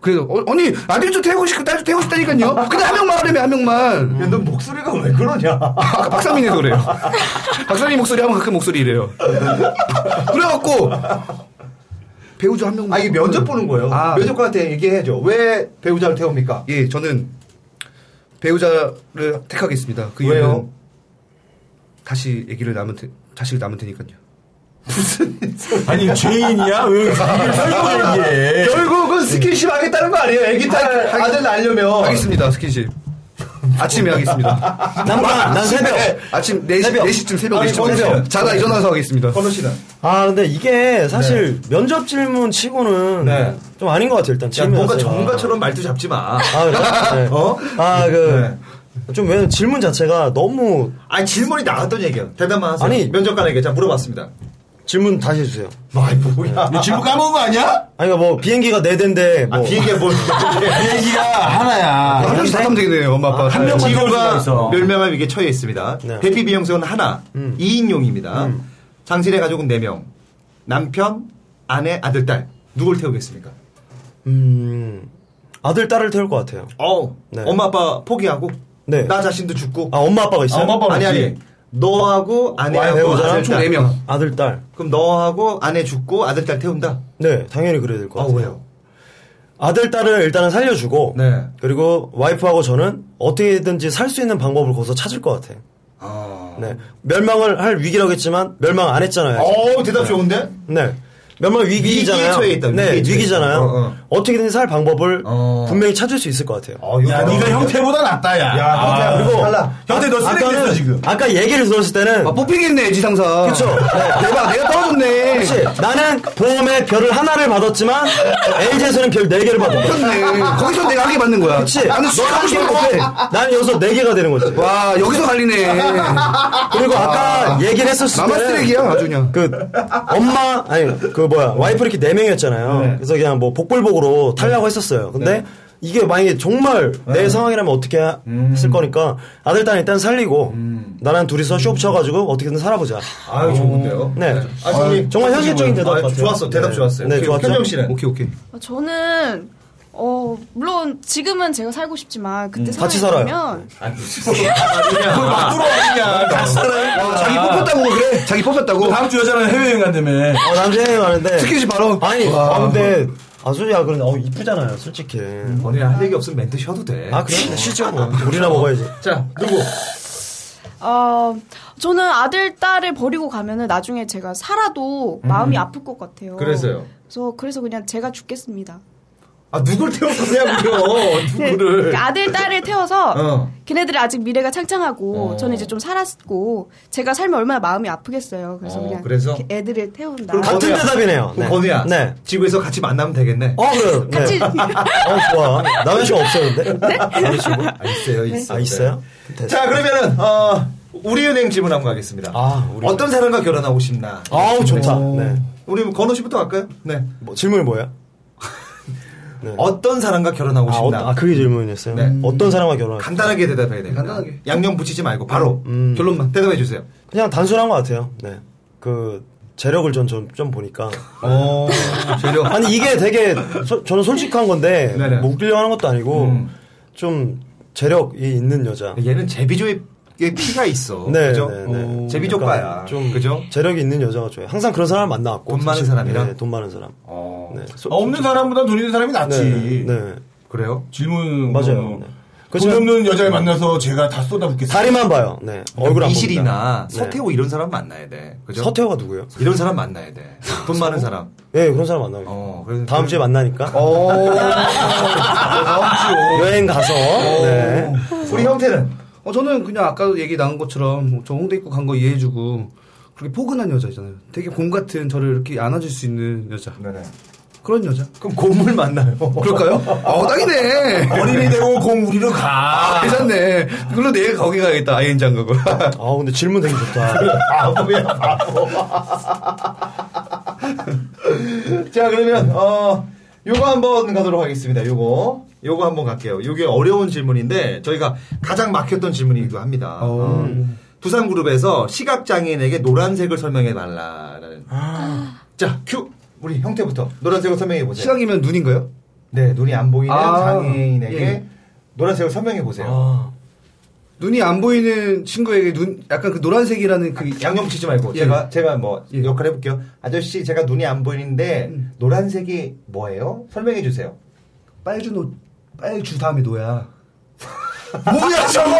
그래서 어, 아니 아들도 태우고 싶고 딸도 태우고 싶다니까요. 근데 한 명만 하려면 한 명만.
야, 너 목소리가 왜 그러냐?
아까 박상민에서 그래요. 박상민 목소리 하면 가끔 목소리래요. 그래갖고 배우자 한 명만.
아 이게 면접 보는 거예요.
아.
면접관한테 얘기해야죠. 왜 배우자를 태웁니까?
예, 저는 배우자를 택하겠습니다. 그
왜요?
이유는 다시 얘기를 남은 테- 자식을 남은 테니까요.
아니 죄인이야? 왜 이렇게 설명을
예.
얘기해?
음.
결국은 스킨십 하겠다는 거 아니에요? 애기 딸 아들 낳으려면.
하겠습니다 스킨십. 아침에 하겠습니다. 네,
난 밤, 난 새벽.
아침 4시,
새벽.
4시쯤 새벽
아니,
4시쯤
저는요.
자다 일어나서 하겠습니다.
건우 씨는
아, 근데 이게 사실 면접 질문 치고는
네.
좀 아닌 것 같아요, 일단.
야,
질문
뭔가
자체가.
전문가처럼 말투 잡지 마.
아, 그래? 네.
[LAUGHS] 어?
아, 그. 좀 왜냐면 질문 자체가 너무
아니 질문이 나갔던 얘기야. 대답만 하세요.
아니.
면접관에게 자 물어봤습니다.
질문 다시 해주세요.
아이 뭐야?
너 질문 까먹은 거 아니야?
아니, 그러니까 뭐, 비행기가 네 대인데, 뭐.
아 비행기에 뭘?
얘기가 하나야.
한 명씩 다 타면 아, 되겠네요, 엄마 아빠.
한 명만 태울 수가
지구가
있어.
멸명한 위기에 처해 있습니다.
네. 음.
대피 비용세는 하나, 이 2인용입니다. 장실의 가족은 4명. 남편, 아내, 아들, 딸. 누굴 태우겠습니까?
음. 아들, 딸을 태울 것 같아요.
어,
네.
엄마 아빠 포기하고,
네.
나 자신도 죽고.
아, 엄마, 아빠가 있어요?
아니 아니, 너하고 아내하고
배우자랑
아들,
네, 총
딸.
4명.
아들, 딸.
그럼 너하고 아내 죽고 아들, 딸 태운다.
네, 당연히 그래야 될 것
아
같아요.
왜요?
아들, 딸을 일단은 살려주고,
네.
그리고 와이프하고 저는 어떻게든지 살 수 있는 방법을 거기서 찾을 것 같아요. 네. 멸망을 할 위기라고 했지만, 멸망 안 했잖아요.
어 대답 좋은데?
네. 멸망 위기잖아요.
위기에 처해 있다,
네,
위기에 처해
위기잖아요.
있다. 어,
어, 떻게든지살 방법을
어.
분명히 찾을 수 있을 것 같아요.
어, 이거
야,
대박.
네가 형태보다 낫다, 야.
야, 아, 형태야, 그리고 달라.
형태 너 쓰레기 됐어, 지금.
아까 얘기를 들었을 때는
아, 뽑히겠네, 지상사.
그쵸. 네.
대박, 내가 떨어졌네.
혹시 나는 보험에 별을 하나를 받았지만 LG에서는 별 네개를 받았어.
떨어졌네. 거기서 내가 하게 받는 거야.
그치?
나는
너
수학을
한 개를
시험
못해.
못해.
나는 여기서 네개가 되는 거지.
와, 여기서 갈리네.
그리고 아까 얘기를 했었을 때
나만 쓰레기야, 아주 그냥.
그 엄마 아니 그 뭐야 와이프 이렇게 네 명이었잖아요. 그래서 그냥 뭐 복불복으로 탈려고 했었어요. 근데
네.
이게 만약에 정말 내 상황이라면 어떻게 하-
음.
했을 거니까 아들 딸 일단 살리고 나랑 둘이서 쇼 쳐가지고 어떻게든 살아보자.
아유
어.
좋은데요.
네.
아, 저기
정말 현실적인 대답
아,
같아요.
좋았어. 대답
네.
좋았어요.
네,
오케이,
좋았죠.
현정 씨는
오케이, 오케이.
어, 저는 어 물론 지금은 제가 살고 싶지만 그때
같이
상황이
살아요.
되면
막 들어왔냐. 같이 살아요.
자기 뽑혔다고 그래? 자기 뽑혔다고?
다음 주 여자랑 해외여행 간다며.
어,
[LAUGHS]
남자애 많은데
스킨십 바로.
아니 아, 근데 아수야 그런 어 이쁘잖아요 솔직히.
오늘 할 얘기 없으면 멘트 쉬어도 돼.
아 그래 실제로 우리나 먹어야지.
자 누구?
어 저는 아들 딸을 버리고 가면은 나중에 제가 살아도 마음이 아플 것 같아요.
그래서요?
그래서 그래서 그냥 제가 죽겠습니다.
아 누굴
[LAUGHS]
태웠냐고요? 누구를?
그러니까 아들 딸을 태워서
어.
걔네들이 아직 미래가 창창하고
어.
저는 이제 좀 살았고 제가 살면 얼마나 마음이 아프겠어요. 그래서
어,
그냥
그래서?
이렇게 애들을 태운다.
그럼
같은
건우야.
대답이네요.
그럼
네.
건우야.
네.
지구에서 같이 만나면 되겠네.
어 그래.
같이 네?
네. 어 좋아. 남현 씨가 없어요 근데. 남현 씨 뭐?
아, 있어요, 있어요.
아 있어요? 됐어.
자 그러면은 어, 우리은행 질문 한번 가겠습니다.
아, 우리은행.
어떤 사람과 결혼하고 싶나?
아우 좋다. 네.
우리 건호 씨부터 갈까요? 네.
뭐, 질문이 뭐예요?
어떤 사람과 결혼하고
아,
싶나?
어, 아, 그게 질문이었어요.
네.
어떤 사람과 결혼할
간단하게 대답해야 됩니다.
간단하게.
양념 붙이지 말고 바로
음.
결론만 대답해 주세요.
그냥 단순한 것 같아요. 네. 그 재력을 전 좀 보니까
어, 재료.
아니 이게 되게 소- 저는 솔직한 건데
네네.
뭐 웃기려고 하는 것도 아니고
음.
좀 재력이 있는 여자.
얘는 제비조의 피가 있어.
네,
그죠?
네, 네.
어, 제비조과야.
약간 좀
그죠?
재력이 있는 여자가 좋아요. 항상 그런 사람 만나왔고
돈 많은
사실.
사람이랑?
네, 돈 많은 사람.
어,
네.
아, 없는 사람보다 돈 있는 사람이 낫지.
네. 네.
그래요?
질문
맞아요.
어, 돈
네. 그렇지만
없는 여자를 만나서 제가 다 쏟아붓겠어요.
다리만 봐요. 네. 얼굴 안
이실이나
봅니다. 네.
서태호 이런 사람 만나야 돼. 그죠?
서태호가 누구예요?
이런 사람 만나야 돼. 돈 많은 사람.
예, 그런 사람 만나고.
어, 그래서
다음 주에 만나니까
오, 다음 주요.
아, 여행 가서 네.
우리 형태는
[LAUGHS] 어, 저는 그냥 아까 얘기 나온 것처럼 뭐저 홍대 입고 간 거 이해해주고 그렇게 포근한 여자잖아요. 되게 곰 같은 저를 이렇게 안아줄 수 있는 여자. 그런 여자.
네, 그럼 곰을 만나요. [LAUGHS]
그럴까요? 아, 어당이네. 아,
어린이 대고 공 우리로 가.
괜찮네. 그걸로 내일 거기 가야겠다. 아이엔장
[LAUGHS]
가고.
아, 근데 질문 되게 좋다.
바보야 바보. [LAUGHS] 자 그러면 어 요거 한번 가도록 하겠습니다. 요거 요거 한번 갈게요. 요게 어려운 질문인데 저희가 가장 막혔던 질문이기도 합니다. 어, 두산 그룹에서 시각 장애인에게 노란색을 설명해 달라라는. 자 큐. 우리 형태부터 노란색을 설명해 보세요.
아. 시각이면 눈인가요?
네 눈이 안 보이는
아,
장애인에게
예. 아.
노란색을 설명해 보세요.
아.
눈이 안 보이는 친구에게 눈, 약간 그 노란색이라는
아,
그
양념 치지 말고
예.
제가 제가 뭐
예.
역할 해볼게요. 아저씨 제가 눈이 안 보이는데
음.
노란색이 뭐예요? 설명해 주세요.
빨주 노, 빨주 다음에 노야.
뭐야
[LAUGHS]
저거!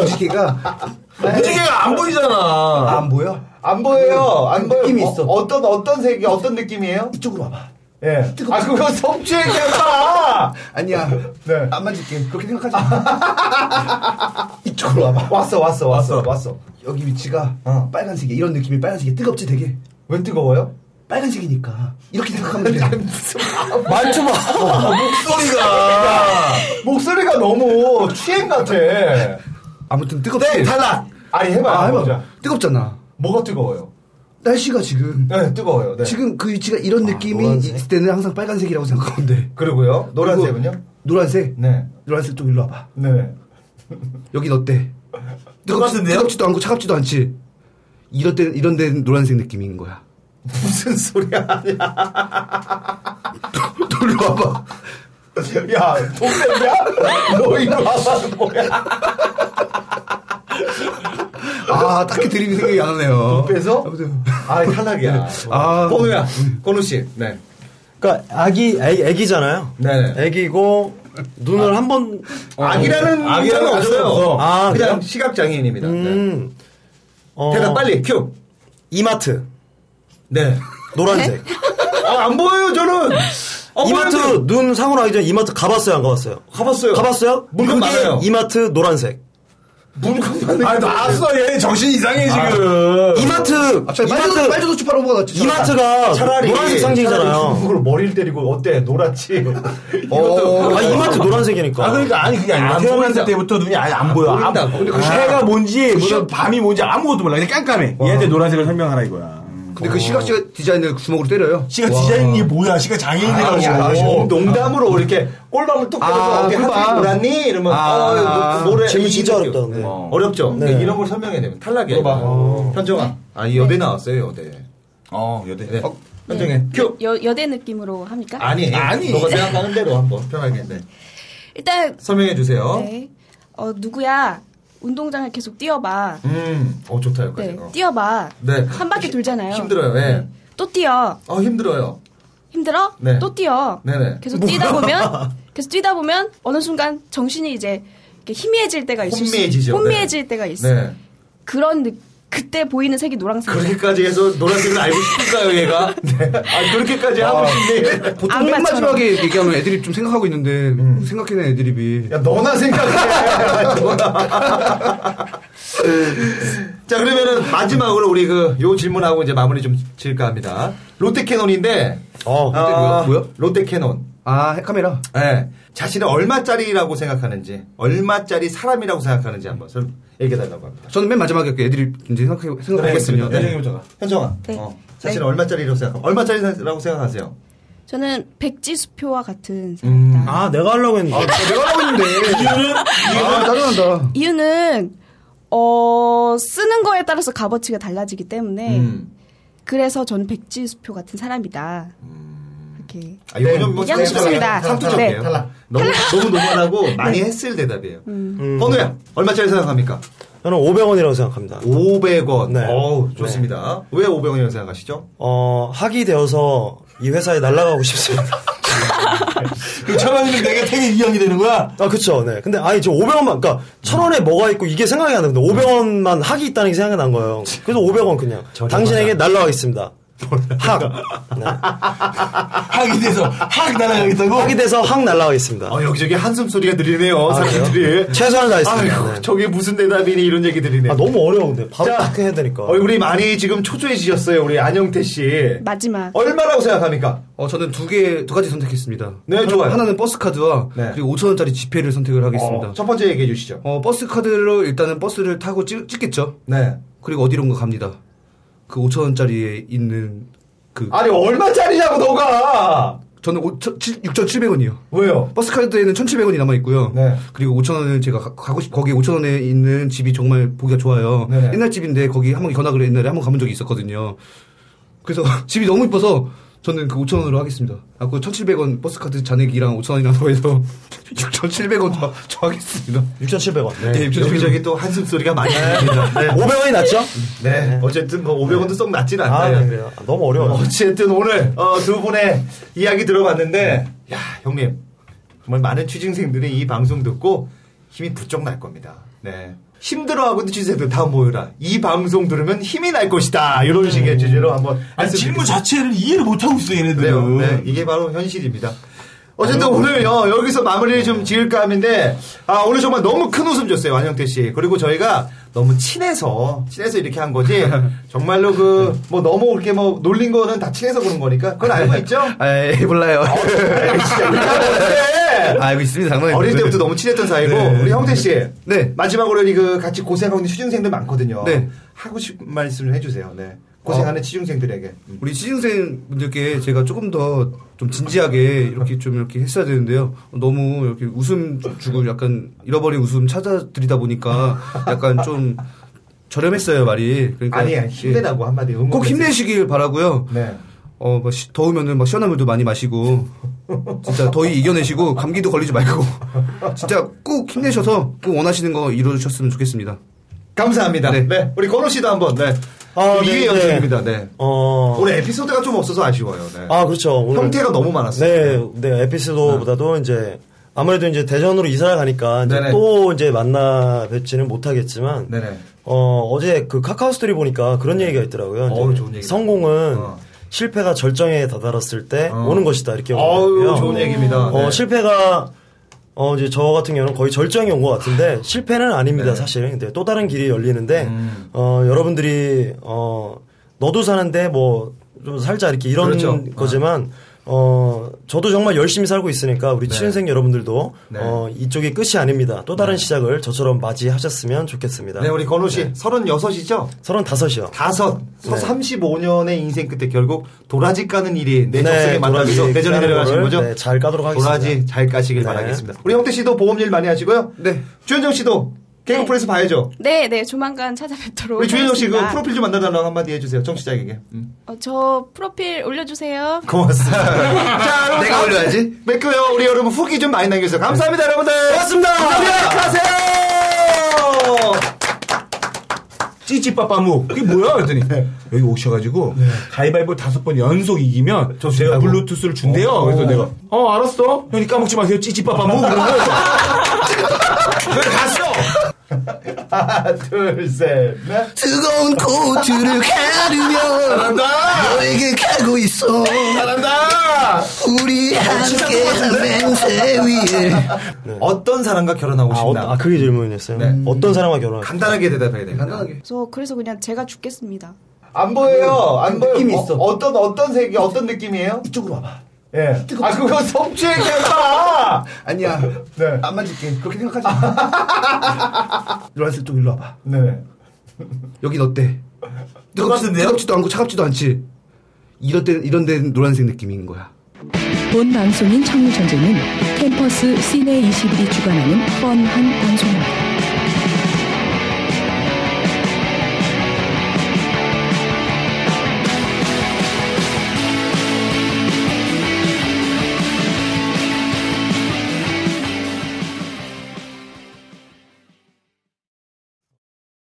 무지개가
무지개가 안 보이잖아.
아, 안 보여?
안 보여요. 안
그
보여.
느낌이
어,
있어.
어떤 어떤 색이 어떤 느낌이에요?
이쪽으로 와봐.
예.
뜨겁다.
아 그거 성추 얘기야.
[LAUGHS] 아니야.
네.
안 만질게. 그렇게 생각하지 마.
[LAUGHS]
이쪽으로 와봐.
왔어 왔어 왔어
왔어.
왔어.
여기 위치가
어.
빨간색이야. 이런 느낌이 빨간색이 뜨겁지 되게.
왜 뜨거워요?
빨간색이니까. 이렇게 생각하면 돼.
말투 봐.
어, 목소리가 목소리가 너무 취행 같아.
아무튼 뜨겁지.
네 탈락. 아니 해봐.
아,
요
해봐. 뜨겁잖아.
뭐가 뜨거워요?
날씨가 지금.
네 뜨거워요. 네.
지금 그 위치가 이런 느낌이
노란색.
있을 때는 항상 빨간색이라고 생각하면 돼.
그리고요 노란색은요?
그리고 노란색?
네.
노란색 좀 일로 와봐.
네.
여긴 어때? 뜨겁지,
똑같은데요?
뜨겁지도 않고 차갑지도 않지? 이럴 때, 이런 데는 노란색 느낌인 거야. [LAUGHS]
무슨 소리야? [LAUGHS]
돌려 와봐.
야, 동생이야? [LAUGHS] 너 이거 아마 뭐야?
아, 딱히 드림이 생각이 안 나네요.
빼서? 아, 탈락이야.
아.
건우야, 건우씨. 네.
그러니까 아기 애기, 애기잖아요.
네네. 아.
애기고 눈을 한 번.
악이라는
악이라는
악이라는 없어요.
가정은 없어.
아,
그냥
그래요?
시각장애인입니다.
음. 어,
네. 대답 빨리, 큐.
이마트
네.
노란색.
아, 안 보여요, 저는. 어,
이마트
보이는데.
눈 상으로 하기 전에 이마트 가봤어요 안 가봤어요?
가봤어요.
가봤어요?
물건
그게
많아요.
이마트 노란색.
물건만.
아, 나왔어. 얘 정신 이상해,
아. 어.
지금.
이마트
갑자기
이마트
아, 빨주, 빨주 도치 파로 먹어.
이마트가 노란색 상징이잖아요.
그걸 머리를 때리고, 어때? 노랗지? 이것도.
아 이마트 노란색이니까.
아, 그러니까, 아니, 그게 아니라.
안
태어났을
보인다.
때부터 눈이 아예 안 보여. 안,
보인다고. 아,
근데 그 해가 뭔지, 무슨 밤이 뭔지 아무것도 몰라. 그냥 깜깜해. 얘한테 노란색을 설명하라 이거야.
근데 그 시각지가 디자인을 주먹으로 때려요.
시가 디자인이 뭐야? 시가 장애인이라고.
야,
어.
아, 농담으로 이렇게 꼴밤을 톡 때려서
아,
어디
꿀밤.
하늘이 노랗니? 이러면
아,
어, 노래
질문 진짜 어렵다, 근데.
어. 어렵죠.
네.
근데 이런 걸 설명해야 되면 탈락이야.
물어봐.
이거. 현정아, 아 여대 나왔어요 여대.
어, 여대.
네.
어,
현정해. 큐.
여, 여대 느낌으로 합니까?
아니, 아니. 너가 생각하는 대로 한번 편하게. 네.
일단
설명해 주세요.
네. 어, 누구야? 운동장을 계속 뛰어봐.
음, 어 좋다 여기까지.
네,
어.
뛰어봐.
네.
한 바퀴 돌잖아요.
힘들어요. 예.
네. 또 뛰어.
어 힘들어요.
힘들어?
네.
또 뛰어.
네네.
계속 뛰다
[LAUGHS]
보면 계속 뛰다 보면 어느 순간 정신이 이제 이렇게 희미해질 때가 있을 수-
혼미해지죠.
혼미해질
네.
때가 있어.
네.
그런 느- 그때 보이는 색이 노란색.
그렇게까지 해서 노란색을 알고 싶을까요 얘가? [LAUGHS] 네. 아 그렇게까지 하고 싶네.
보통 맨
악마처럼.
마지막에 얘기하면 애드립 좀 생각하고 있는데 생각해낸 애드립이
야, 너나 생각해. [LAUGHS] 너나. 자, 그러면은 마지막으로 우리 그, 요 질문하고 이제 마무리 좀 지을까 합니다. 롯데캐논인데.
어, 근데
아,
뭐야? 뭐야?
롯데캐논.
아 카메라
예. 자신을 얼마짜리라고 생각하는지, 얼마짜리 사람이라고 생각하는지 한번 설- 얘기해달라고 합니다.
저는 맨 마지막에 그 애드립 이제 생각해 생각하고
알겠습니다.
있거든요.
네.
현정이부터가.
현정아.
네.
어. 사실 얼마짜리라고 생각 얼마짜리라고 생각하세요?
저는 백지수표와 같은 생각이다.
음.
아, 내가 하려고 했는데.
내가 하고 있는데
아, 짜증난다.
이유는 어 쓰는 거에 따라서 값어치가 달라지기 때문에 그래서 저는 백지수표 같은 사람이다. 이렇게
아, 요즘 뭐
양심 없습니다.
삼투적이에요.
네.
탈락. 너무 너무 노멀하고 많이 했을 대답이에요.
음.
번호야 얼마짜리 생각합니까?
저는 500원이라고 생각합니다.
500원.
네.
어우, 좋습니다. 왜 500원이라고 생각하시죠?
어, 학이 되어서 이 회사에 날아가고 싶습니다. [LAUGHS]
그 차라리는 내가 되게 이형이 되는 거야.
아, 그쵸. 네. 근데 아니, 저 500원만, 그니까, 천 원에 뭐가 있고 이게 생각이 안 나는데, 500원만 학이 있다는 게 생각이 난 거예요. 그래서 500원 그냥. 당신에게 날라가겠습니다. 학. 네.
[LAUGHS] 학이 돼서 학 날아가겠다고. 아,
학이 돼서 학 날라가겠습니다.
어, 여기저기 한숨 소리가 들리네요,
아,
사람들이.
그래요? 최선을 다했습니다.
아이고,
네.
저게 무슨 대답이니 이런 얘기 들리네요.
아, 너무 어려운데. 바로
자,
딱 해야 되니까.
얼굴이 많이 지금 초조해지셨어요, 우리 안영태 씨.
마지막
얼마라고 생각합니까?
어, 저는 두 개, 두 가지 선택했습니다.
네,
하나-
좋아요.
하나는 버스카드와
네.
그리고 5천원짜리 지폐를 선택을 하겠습니다.
어, 첫 번째 얘기해 주시죠.
어, 버스카드로 일단은 버스를 타고 찍, 찍겠죠?
네.
그리고 어디론가 갑니다. 그 5천원짜리에 있는 그.
아니, 얼마짜리냐고, 너가!
저는 6,700원이요.
왜요?
버스 카드에는 1,700원이 남아 있고요.
네.
그리고 5,000원을 제가 가- 가고 싶 거기 5,000원에 있는 집이 정말 보기가 좋아요.
네네.
옛날 집인데 거기 한 번 견학을 옛날에 한 번 가본 적이 있었거든요. 그래서 [LAUGHS] 집이 너무 이뻐서 저는 그 5,000원으로 하겠습니다. 아, 그 1,700원 버스 카드 잔액이랑 5,000원이랑 해서 [LAUGHS] 6,700원 더, 더 하겠습니다.
6,700원.
네, 여기저기 또 한숨 소리가 많이 들립니다. 네.
500원이 낫죠?
네. 어쨌든 뭐 500원도 썩 낮진
아,
않아요.
네, 그래요. 아, 너무 어려워요.
어쨌든 오늘 어, 두 분의 이야기 들어봤는데 야 형님 정말 많은 취준생들이 이 방송 듣고 힘이 부쩍 날 겁니다. 네. 힘들어하고 있는 취준생들 다 모여라. 이 방송 들으면 힘이 날 것이다. 이런 식의 주제로 한번
음. 아니, 질문
말씀드리겠습니다.
자체를 이해를 못하고 있어,
그래요.
음.
얘네들은.
네, 이게 바로 현실입니다. 어쨌든 오늘 어, 여기서 마무리를 좀 지을까 하는데 아 오늘 정말 너무 큰 웃음 줬어요 안영태 씨 그리고 저희가 너무 친해서 친해서 이렇게 한
[LAUGHS]
거지 정말로 그 뭐 너무 이렇게 뭐 놀린 거는 다 친해서 그런 거니까 그건 알고 있죠?
[LAUGHS] 에이, 몰라요. [LAUGHS] 아,
아이, 진짜 이렇게 하면 어떡해.
알고 있습니다, 장난이.
어릴 때부터 너무 친했던 사이고 우리 형태 씨
네.
마지막으로 이 그 같이 고생하고 있는 취준생들 많거든요
네. 어.
하고 싶은 말씀을 해주세요 네 고생하는 취준생들에게 음.
우리 시즌생 분들께 제가 조금 더 좀 진지하게 이렇게 좀 이렇게 했어야 되는데요. 너무 이렇게 웃음 주고 약간 잃어버린 웃음 찾아드리다 보니까 약간 좀 저렴했어요 말이. 그러니까
아니야 힘내라고 한마디 응원
예. 꼭
메시지.
힘내시길 바라고요.
네.
어, 뭐 시- 더우면은 막 시원한 물도 많이 마시고 진짜 더위 이겨내시고 감기도 걸리지 말고 진짜 꼭 힘내셔서 꼭 원하시는 거 이루셨으면 좋겠습니다.
감사합니다. 네.
네.
우리 건호 씨도 한번 네.
아,
이
네,
의
네.
영상입니다. 네.
어.
올해 에피소드가 좀 없어서 아쉬워요. 네.
아, 그렇죠. 오늘-
형태가 너무 많았어요.
네, 네, 에피소드보다도 이제 아무래도 이제 대전으로 이사를 가니까 이제
네네.
또 이제 만나 뵙지는 못하겠지만
네네.
어, 어제 그 카카오 스토리 보니까 그런 얘기가 있더라고요. 이제
네. 어우, 좋은 얘기다.
성공은
어.
실패가 절정에 다다랐을 때
어.
오는 것이다 이렇게
어우,
얘기해요.
좋은 얘기입니다.
어,
네.
실패가 어 이제 저 같은 경우는 거의 절정이 온 것 같은데 실패는 아닙니다
네.
사실. 근데 또 다른 길이 열리는데
음.
어 여러분들이 어 너도 사는데 뭐 좀 살자 이렇게 이런
그렇죠.
거지만 어 저도 정말 열심히 살고 있으니까 우리 취준생 여러분들도
네.
어 이쪽이 끝이 아닙니다. 또 다른 시작을 저처럼 맞이하셨으면 좋겠습니다.
네, 우리 건호 씨 36이죠?
35이요.
다섯.
네.
서 35년의 인생 끝에 결국 도라지 까는 일이 내
네,
적성에 만나서
도라지
대전에
까는
내려가신
거를,
거죠?
네, 잘 까도록 하겠습니다.
도라지 잘 까시길
네.
바라겠습니다. 우리 형태 씨도 보험일 많이 하시고요.
네.
주현정 씨도 개그
네.
프레스 봐야죠.
네, 네, 조만간 찾아뵙도록
우리 주현정 씨 그
하겠습니다.
프로필 좀 만나달라고 한마디 해주세요. 정치자에게.
음.
어, 저 프로필 올려주세요.
고맙습니다. [LAUGHS] 자, 여러분.
내가 올려야지.
맥고요. 우리 여러분 후기 좀 많이 남겨주세요. 감사합니다, 여러분들.
네. 고맙습니다.
감사합니다. 가세요.
찌찌빠빠무. 그게 뭐야? 그랬더니 여기 오셔가지고 가위바위보 다섯 번 연속 이기면 제가 블루투스를 준대요. 그래서 내가 어 알았어. 형님 까먹지 마세요. 찌찌빠빠무. 그런 거. 그래서 갔어.
하나, 둘, 셋, 넷.
뜨거운 코트를 가르며 너에게 가고 있어
잘한다.
우리 함께 맹세 위에
어떤 사람과 결혼하고
아,
싶나?
어- 아, 그게 질문이었어요.
네.
어떤 사람과 결혼할
간단하게 대답해야 돼. 간단하게.
그래서 그래서 그냥 제가 죽겠습니다.
안 보여요. 안 보여.
느낌이
어,
있어.
어떤 어떤 색이 어떤 느낌이에요?
이쪽으로 와봐
예. 아 그거 성추 얘기야.
아니야
네.
안 만질게 그렇게 생각하지 마 노란색 쪽 일로 와봐
네.
여긴 어때? 그, 뜨겁지,
똑같은데요?
뜨겁지도 않고 차갑지도 않지 이런 때 이런 데 노란색 느낌인 거야.
본 방송인 청류전쟁은 캠퍼스 시내 21이 주관하는 뻔한 방송입니다.